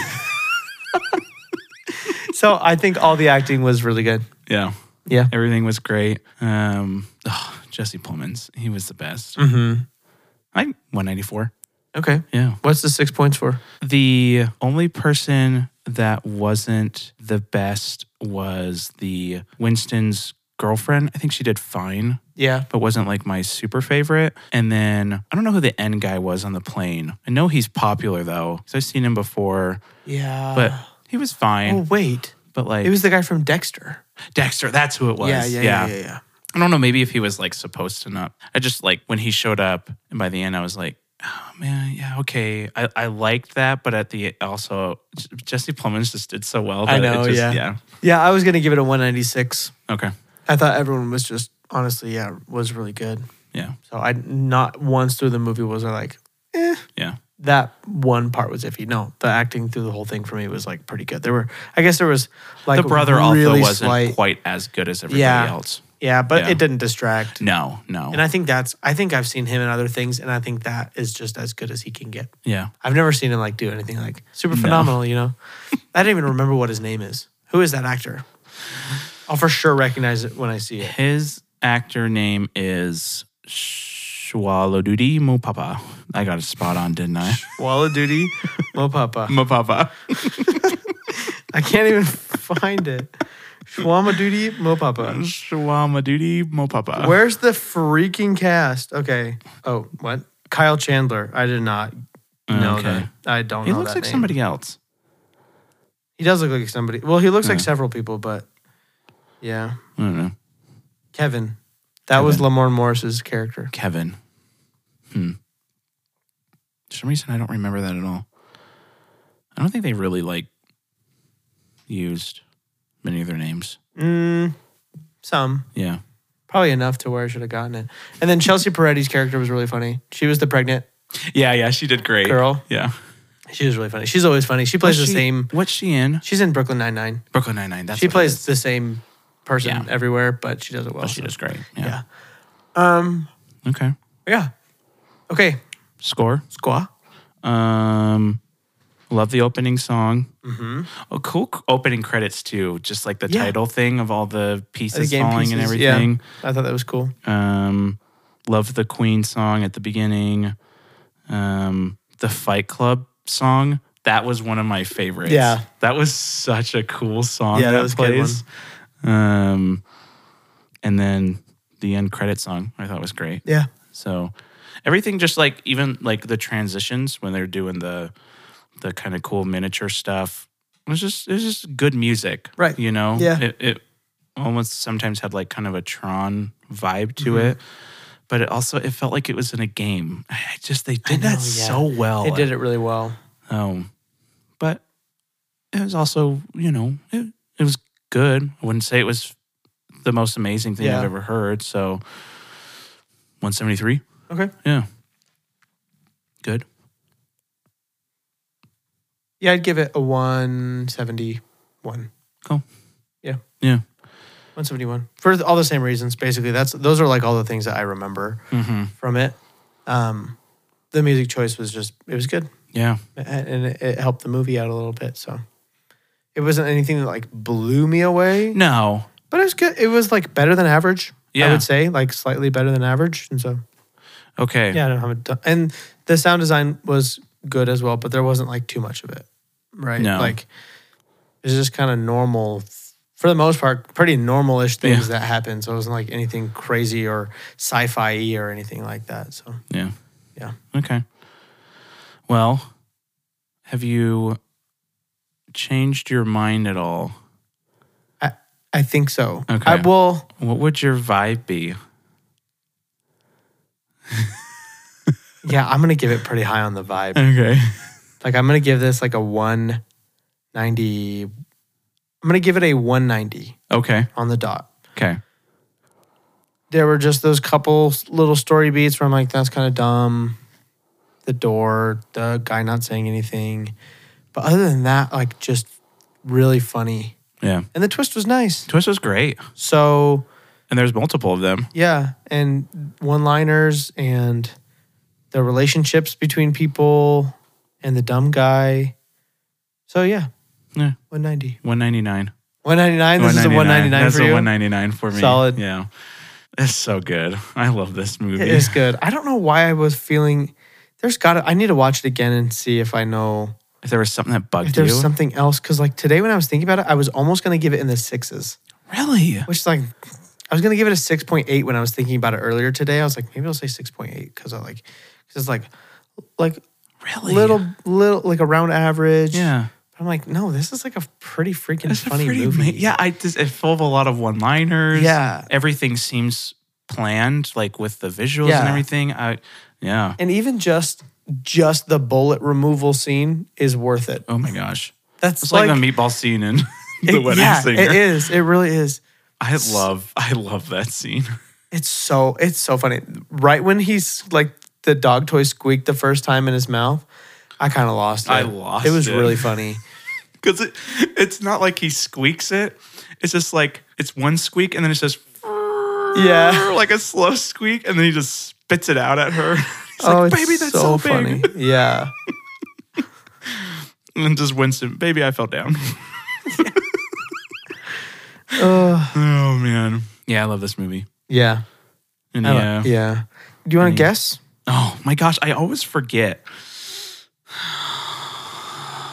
(laughs) so I think all the acting was really good. yeah. Yeah. Everything was great. Um, oh, Jesse Pullman's, he was the best. Mm-hmm. I'm 194. Okay. Yeah. What's the six points for? The only person that wasn't the best was the Winston's girlfriend. I think she did fine, Yeah. but wasn't like my super favorite. And then I don't know who the end guy was on the plane. I know he's popular though, because I've seen him before, Yeah. but he was fine. oh wait, But like it was the guy from Dexter. Dexter, that's who it was. yeah. I don't know. Maybe if he was like supposed to not. I just like when he showed up, and by the end, I was like, oh man, yeah, okay. I, I liked that, but at the also, J- Jesse Plemons just did so well. That I know. It just, yeah. Yeah. Yeah. I was gonna give it a 196. Okay. I thought everyone was just honestly, yeah, was really good. Yeah. So I not once through the movie was I like Yeah. that one part was iffy. No, the acting through the whole thing for me was like pretty good. There were, I guess, there was like the brother really also wasn't slight- quite as good as everybody Yeah. else. Yeah, but Yeah. it didn't distract. No. No. And I think that's I think I've seen him in other things, and I think that is just as good as he can get. yeah. I've never seen him like do anything like super No. phenomenal, you know. I don't even remember what his name is. Who is that actor? I'll for sure recognize it when I see it. His actor name is Shwalodudi Mopapa. I got it spot on, (laughs) didn't I? Wall of Duty, Mo Papa. (laughs) Mopapa. I can't even find it. Shwama Duty, Mo Papa. Shwamadudi Mopapa. Where's the freaking cast? Okay. Oh, what? Kyle Chandler. I did not know Okay. that. I don't He know. looks that like name. somebody else. He does look like somebody. Well, he looks like several people, but yeah. I don't know. Kevin. That was Lamorne Morris's character. Kevin. Hmm. For some reason, I don't remember that at all. I don't think they really like used many of their names. Mm, some. Yeah. Probably enough to where I should have gotten it. And then Chelsea Peretti's character was really funny. She was the pregnant Yeah, yeah, she did great. Girl. Yeah. She was really funny. She's always funny. She plays the She- same. What's she in? She's in Brooklyn Nine Nine. Brooklyn Nine Nine. That's She what it plays is. the same person Yeah. everywhere, but she does it well. But she so- does great. Yeah. Yeah. Um, Okay. Yeah. Okay. Score. Squaw. Um, love the opening song. Mm-hmm. Oh, cool c- opening credits too. Just like the Yeah. title thing of all the The pieces game falling and pieces, yeah. everything. I thought that was cool. Um, love the Queen song at the beginning. Um, the Fight Club song. That was one of my favorites. Yeah. that was such a cool song. Yeah, that that, was a good plays. Um, and then the end credit song I thought was great. Yeah. So everything just like even like the transitions when they're doing the the kind of cool miniature stuff. It was just it was just good music. Right. You know? Yeah. It it almost sometimes had like kind of a Tron vibe to Mm-hmm. it. But it also it felt like it was in a game. I just they did that yeah. so well. They did it really well. Um but it was also, you know, it it was good. I wouldn't say it was the most amazing thing Yeah. I've ever heard. So 173. Okay. Yeah. Good. Yeah, I'd give it a 171. One Cool. Yeah. Yeah. seventy one. For all the same reasons, basically. That's those are like all the things that I remember from it. Um the music choice was just it was good. Yeah. And it, it helped the movie out a little bit. So it wasn't anything that like blew me away. No. But it was good. It was like better than average. I Yeah. would say like slightly better than average. And so Okay. yeah, I don't have a ton. And the sound design was good as well, but there wasn't like too much of it, right? No. Like it's just kind of normal for the most part, pretty normal-ish things that happened. So it wasn't like anything crazy or sci-fi or anything like that. So Yeah. yeah, Okay. Well, have you changed your mind at all? I I think so. Okay. I will. What would your vibe be? Yeah, I'm gonna give it pretty high on the (laughs) vibe. Okay. Like I'm gonna give this like a 190. I'm gonna give it a 190 Okay. on the dot. Okay. there were just those couple s- little story beats where I'm like, that's kind of dumb. The door, the guy not saying anything. But other than that, like just really funny. Yeah. And the twist was nice. Twist was great. So And there's multiple of them. yeah. And one liners and the relationships between people and the dumb guy. So yeah, Yeah. 190. 199. 199. This is a 199 That's for a you. 199 for me. Solid. Yeah. It's so good. I love this movie. It is good. I don't know why I was feeling there's got to I need to watch it again and see if I know If there was something that if bugged you. there's something else because like today when I was thinking about it, I was almost gonna give it in the sixes, really? which is like I was gonna give it a six point eight when I was thinking about it earlier today. I was like maybe I'll say six point eight because I like because it's like like Really? little little like around average. Yeah. But I'm like no, this is like a pretty freaking It's a funny pretty movie. ma- yeah, I just it's full of a lot of one liners. Yeah. Everything seems planned, like with the visuals Yeah. and everything. I yeah. and even just just the bullet removal scene is worth it. Oh my gosh. That's It's like, the meatball scene in (laughs) the it- wedding yeah, singer. It is. It really is. I love I love that scene. (laughs) It's so it's so funny. Right when he's like the dog toy squeaked the first time in his mouth, I kind of lost it. I lost It was it. really (laughs) funny. Because it, it's not like he squeaks it. It's just like it's one squeak and then it's just yeah. like a slow squeak and then he just spits it out at her. (laughs) He's oh, like, it's baby, that's so, big. funny. Yeah. And then just Winston, baby, I fell down. oh man. Yeah, I love this movie. Yeah. And I don't- yeah. yeah. Do you want to guess? Oh my gosh, I always forget.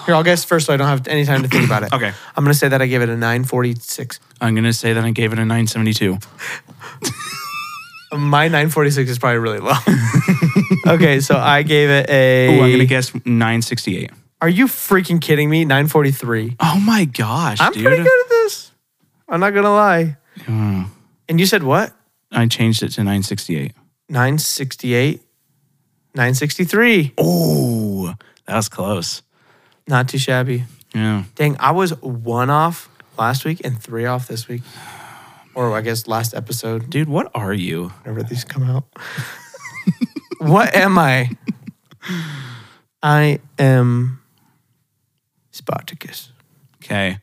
Here, I'll guess first, so I don't have any time to think about it. (clears throat) Okay. I'm gonna say that I give it a 946. I'm gonna say that I gave it a 972. My 946 is probably really (laughs) low. okay, so I gave it a. Oh, I'm gonna guess 968. Are you freaking kidding me? 943. Oh my gosh, I'm dude. pretty good at this. I'm not gonna lie. And you said what? I changed it to 968. 968, 963. Oh, that was close. Not too shabby. Yeah, Dang, I was one off last week and three off this week. or I guess last episode, Dude, what are you? whenever these come out. what am I? I am Spartacus. Okay.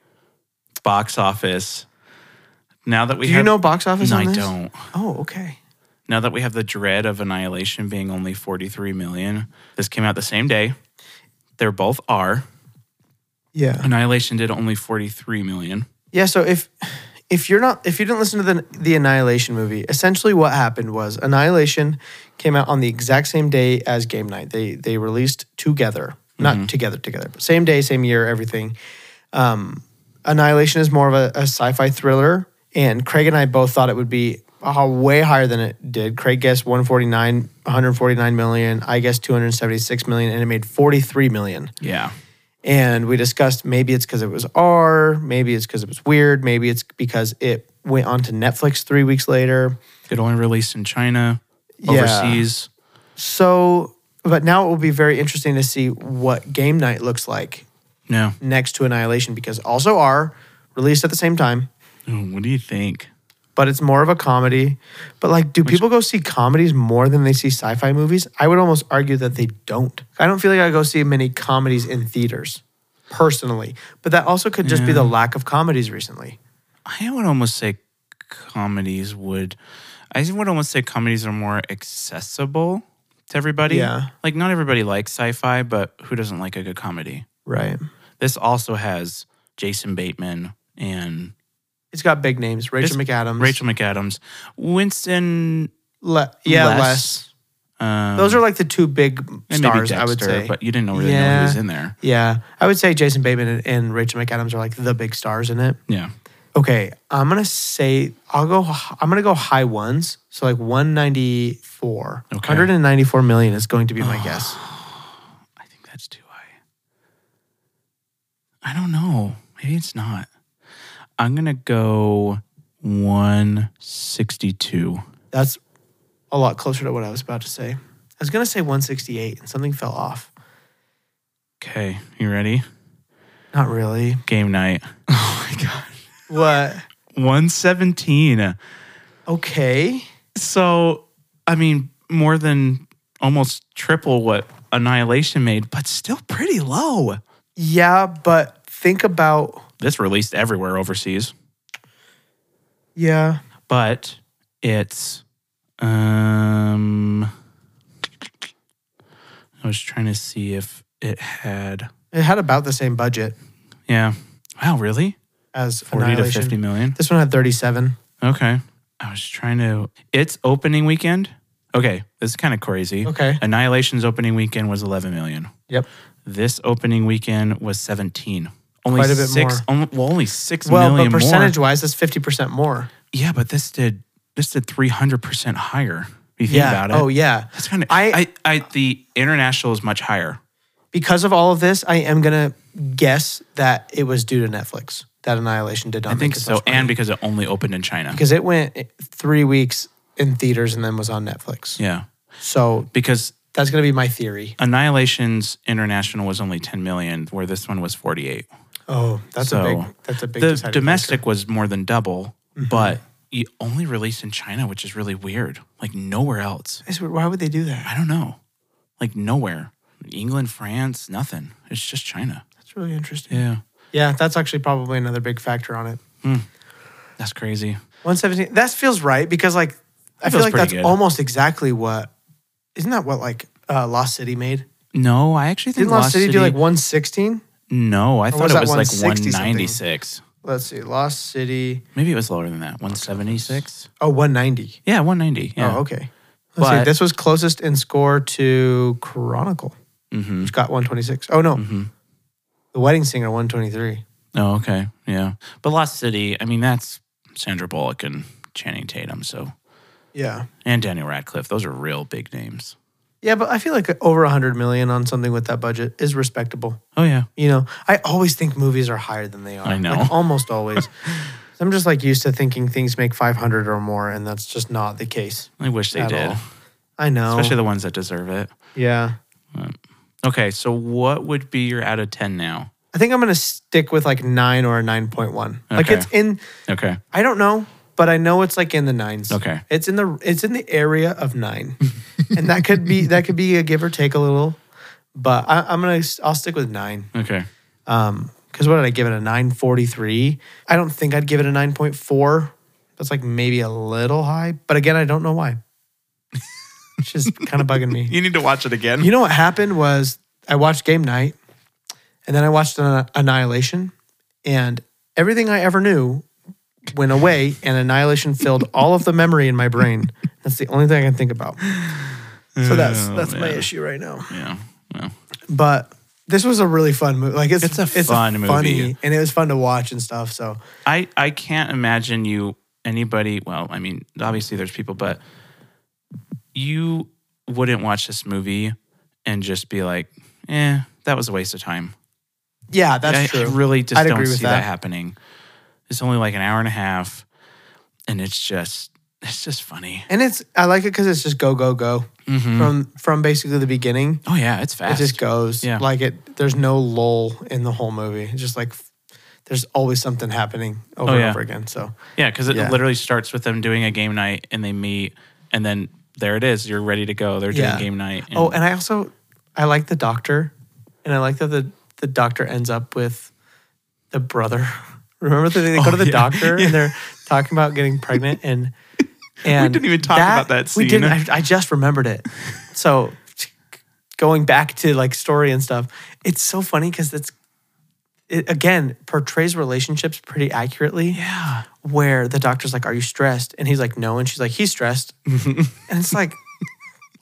Box office. Now that we Do you have, know box office? No, on I this? don't. Oh, okay. Now that we have the dread of Annihilation being only 43 million, this came out the same day. They're both R. Yeah. Annihilation did only 43 million. Yeah. So if if you're not if you didn't listen to the the Annihilation movie, essentially what happened was Annihilation came out on the exact same day as Game Night. They they released together, not together together, but same day, same year, everything. Um, Annihilation is more of a, a sci-fi thriller, and Craig and I both thought it would be uh, way higher than it did. Craig guessed 149, 149 million. I guessed 276 million, and it made 43 million. Yeah. And we discussed maybe it's because it was R, maybe it's because it was weird, maybe it's because it went onto Netflix three weeks later. It only released in China, Yeah. overseas. So, but now it will be very interesting to see what game night looks like No. next to Annihilation because also R released at the same time, Oh, What do you think? but it's more of a comedy. But like, do people go see comedies more than they see sci fi movies? I would almost argue that they don't. I don't feel like I go see many comedies in theaters personally, but that also could just be the lack of comedies recently. I would almost say comedies would. I would almost say comedies are more accessible to everybody. Yeah. Like not everybody likes sci-fi, but who doesn't like a good comedy? Right. This also has Jason Bateman and It's got big names. Rachel This- McAdams. Rachel McAdams, Winston. Le- yeah, Less. less. Um, Those are like the two big and maybe stars, I would Dexter, say. but you didn't know really know Yeah. who was in there. yeah, I would say Jason Bateman and, and Rachel McAdams are like the big stars in it. Yeah, Okay, I'm gonna say I'll go. h- I'm gonna go high ones. So like 194. Okay. 194 million is going to be (sighs) my guess. I think that's too high. I don't know. Maybe it's not. I'm gonna go 162. That's a lot closer to what I was about to say. I was gonna say 168, and something fell off. Okay, you ready? Not really. Game night. (laughs) Oh my god. What? 117. Okay. So, I mean, more than almost triple what Annihilation made, but still pretty low. Yeah, but think about This released everywhere overseas, yeah. but it's um I was trying to see if it had It had about the same budget yeah. Wow, really? as 40 to Annihilation. 50 million. This one had 37. Okay. I was trying to. It's opening weekend. Okay. This is kind of crazy. Okay. Annihilation's opening weekend was 11 million. Yep. This opening weekend was 17. Only Quite a bit six, more. on- well, only six Well, million but percentage more. wise, that's 50% more. Yeah, but this did this did 300% higher. If you think yeah. about it. Oh, yeah. That's kind of. I, I- I, The international is much higher. Because of all of this, I am going to guess that it was due to Netflix that Annihilation did not I think make as so. much money. And because it only opened in China. because it went three weeks in theaters and then was on Netflix. Yeah. So Because that's going to be my theory. Annihilation's international was only 10 million, where this one was 48. Oh, that's So a big, that's a Mm-hmm. big the deciding domestic was more than double, but you only released in China, which is really weird. Like nowhere else. factor. Why would they do that? I don't know. Like nowhere. England, France, nothing. It's just China. That's really interesting. Yeah. Yeah, that's actually probably another big factor on it. That's crazy. 117. That feels right because like I feel feels like pretty that's good. almost exactly what isn't that what like uh, Lost City made? No, I actually think Didn't Lost, City, do like 116? No, I thought was it that was like 160 something? 196. Let's see. Lost City. Maybe it was lower than that. 176? Oh, 190. Yeah, 190. Yeah. Oh, okay. Let's But- see. This was closest in score to Chronicle, Mhm. which got 126. Oh no. Mm-hmm. The Wedding Singer 123. Oh, okay. Yeah. But Lost City, I mean, that's Sandra Bullock and Channing Tatum. So, Yeah. and Daniel Radcliffe. Those are real big names. Yeah, but I feel like over 100 million on something with that budget is respectable. Oh, yeah. You know, I always think movies are higher than they are. I know. (laughs) Like, almost always. I'm just like used to thinking things make 500 or more, and that's just not the case. I wish they At did, all. Oh. I know. especially the ones that deserve it. yeah. Okay. So, what would be your out of 10 now? I think I'm going to stick with like nine or a 9.1. Like Okay. it's in, Okay. I don't know. but I know it's like in the nines. Okay. It's in the it's in the area of nine, and that could be that could be a give or take a little, but I, I'm gonna I'll stick with nine. Okay. Um, because what did I give it a 943? I don't think I'd give it a 9.4. That's like maybe a little high, but again, I don't know why. It's just (laughs) kind of bugging me. You need to watch it again. You know what happened was I watched Game Night and then I watched Anni- Annihilation, and everything I ever knew went away, and Annihilation (laughs) filled all of the memory in my brain. That's the only thing I can think about. So that's Oh, that's my man. issue right now yeah. Well, but this was a really fun movie. Like it's It's a fun movie. funny, and it was fun to watch and stuff. So I I can't imagine you anybody. Well, I mean, obviously there's people, but you wouldn't watch this movie and just be like, "Eh, that was a waste of time." yeah, that's I, true. I really just I'd don't agree with see that. that. happening. It's only like an hour and a half, and it's just it's just funny. and it's I like it because it's just go go go Mhm. from from basically the beginning. Oh yeah, it's It fast. just goes Yeah. like it. There's no lull in the whole movie. It's just like f- there's always something happening over Oh, and yeah. over again. So yeah, because it Yeah. literally starts with them doing a game night, and they meet, and then there it is. You're ready to go. They're Yeah. doing game night. oh, (laughs) and I also I like the doctor, and I like that the the doctor ends up with the brother. (laughs) Remember that they go Oh, to the yeah. doctor and they're talking about getting (laughs) pregnant and and didn't even talk about that We didn't. scene. I, I just remembered it. So going back to like story and stuff, it's so funny because it's it again portrays relationships pretty accurately. yeah, Where the doctor's like, "Are you stressed?" and he's like, "No," and she's like, "He's (laughs) stressed," and it's like.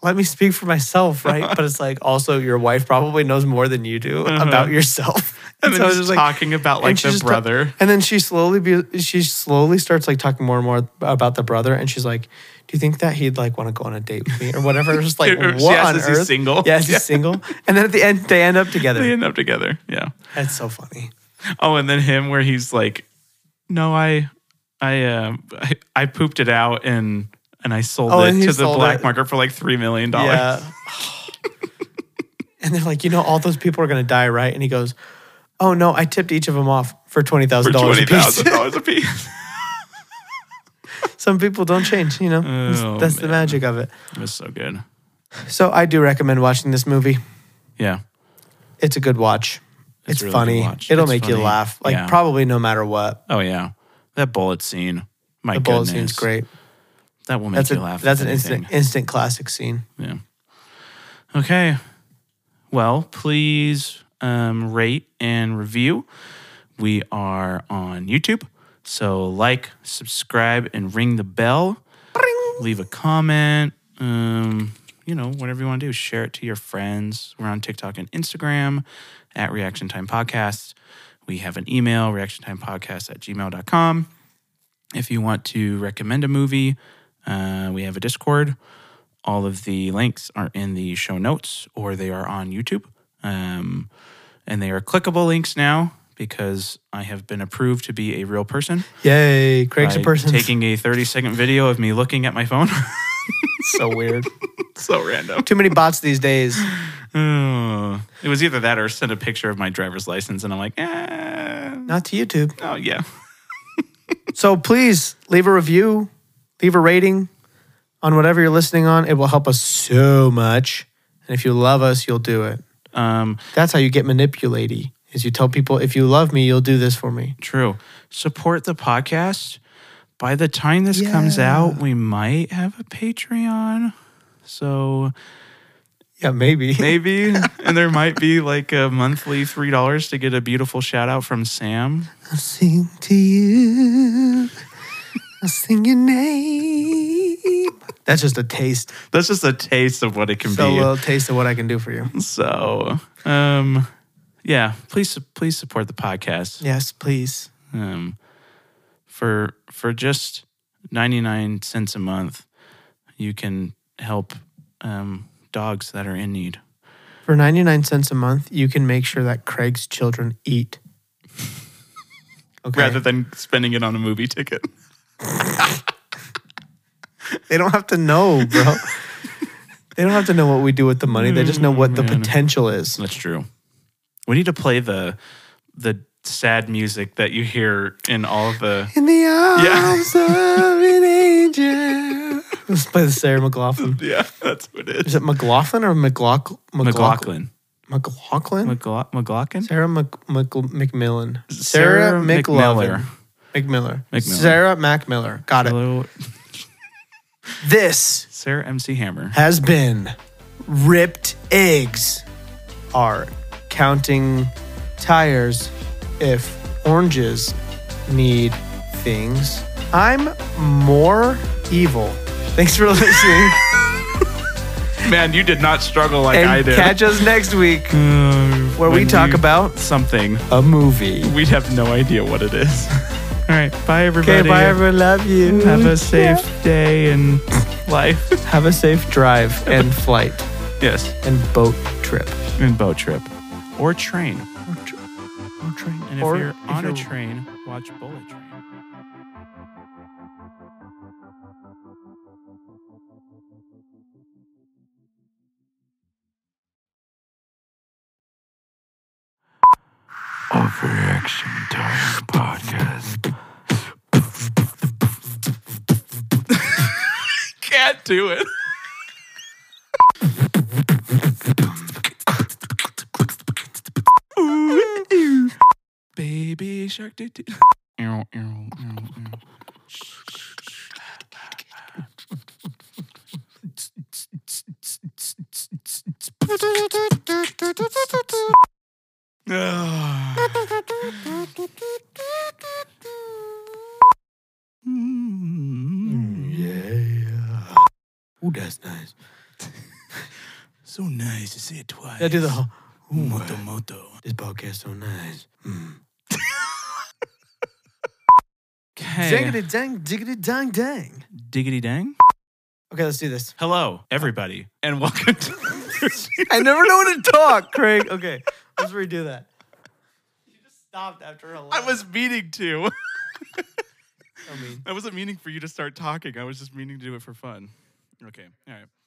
Let me speak for myself, right? But it's like also your wife probably knows more than you do about yourself. Uh-huh. (laughs) and then so it's just just like- talking about like and she the just ta- brother. (laughs) and then she slowly be, she slowly starts like talking more and more about the brother, and she's like, "Do you think that he'd like want to go on a date with me or whatever?" Just like Or (laughs) she what asks, on "Is he earth? single?" Yeah, is he (laughs) Yeah. single? And then at the end, they end up they together. end up together. Yeah. That's so funny. Oh, and then him where he's like, "No, I, I, um, I, I pooped it out and and I sold Oh, it and he to the sold black it. market for like three million dollars." (laughs) Yeah. (sighs) and they're like, you know, all those people are gonna die, right? And he goes, "Oh no, I tipped each of them off for twenty For thousand dollars twenty a piece." thousand dollars a piece. (laughs) Some people don't change, you know. Oh, That's- that's the man. magic of it. it was so good. So I do recommend watching this movie. Yeah, it's a good watch. It's It's, really good funny. watch. It'll It's make you funny. laugh. Like Yeah. probably no matter what. Oh yeah, that bullet scene. My The bullet goodness, scene's great. That will make That's you a, laugh. that's if an anything. instant instant classic scene. Yeah. Okay. Well, please um, rate and review. We are on YouTube. So like, subscribe, and ring the bell. Leave a comment. Um, you know, whatever you want to do. Share it to your friends. We're on TikTok and Instagram at Reaction Time Podcast. We have an email, reactiontimepodcast at gmail.com. If you want to recommend a movie, uh, we have a Discord. All of the links are in the show notes or they are on YouTube. Um, and they are clickable links now because I have been approved to be a real person. Yay, Craig's a by person. (laughs) Taking a 30 second video of me looking at my phone. (laughs) so weird. so random. Too many bots these days. Oh. it was either that or send a picture of my driver's license. And I'm like, eh. Not to YouTube. Oh, yeah. So please leave a review, leave a rating on whatever you're listening on. It will help us so much. And if you love us, you'll do it. Um, That's how you get manipulated. Is you tell people if you love me, you'll do this for me. True. Support the podcast. By the time this comes out, we might have a Patreon. So Yeah, maybe. maybe, and there might be like a monthly $3 to get a beautiful shout out from Sam. (laughs) I'll sing to you. I'll sing your name. That's just a taste. That's just a taste of what it can So uh, a be. little taste of what I can do for you. so, um, yeah, please, please support the podcast. (laughs) Yes, please. um, for for just 99 cents a month you can help um, dogs that are in need For 99 cents a month, you can make sure that Craig's children eat. Okay. rather than spending it on a movie ticket they don't have to know, bro. (laughs) they don't have to know what we do with the money. They just know what the Mm-hmm. potential is. that's true we need to play the the sad music that you hear in all of the (laughs) In the arms of Let's play the Sarah McLaughlin. Yeah, that's what it Is it McLaughlin or McLaughlin? (laughs) McLaughlin. McLaughlin? McLaughlin. McLaughlin? Sarah Mc, Mc, McMillan. Sarah Sarah, McLaughlin. McMiller. McMiller. Sarah MacMiller. Got it. Hello, This Sarah MC Hammer. has been ripped eggs are counting tires if oranges need things. I'm more evil. Thanks for (laughs) listening. Man, you did not struggle like I and did. catch us next week where we when talk you- about Something. Uh, a movie. We have no idea what it is. (laughs) All right. Bye, everybody. Okay, bye everyone. Love you. Have a safe day (laughs) in life. Have a safe (laughs) drive and flight yes. and boat trip. And boat trip. Or train. Or train. And if Or you're if on a you're- train, watch Bullet Train. Overreaction Time Podcast. Can't do (laughs) it. Baby shark do do. Ew, ew, ew, (laughs) ew. Ooh, that's nice. So nice to see it twice. Yeah, do the whole. moto moto. This podcast so nice. Okay. Diggity dang, diggity dang, dang. Diggity dang. Okay, let's do this. Hello, everybody, and welcome to. I never know when to talk, Craig. (laughs) Okay, let's redo that. You just stopped after a (laughs) I was meaning to. I mean. I wasn't meaning for you to start talking. I was just meaning to do it for fun. Okay. All right.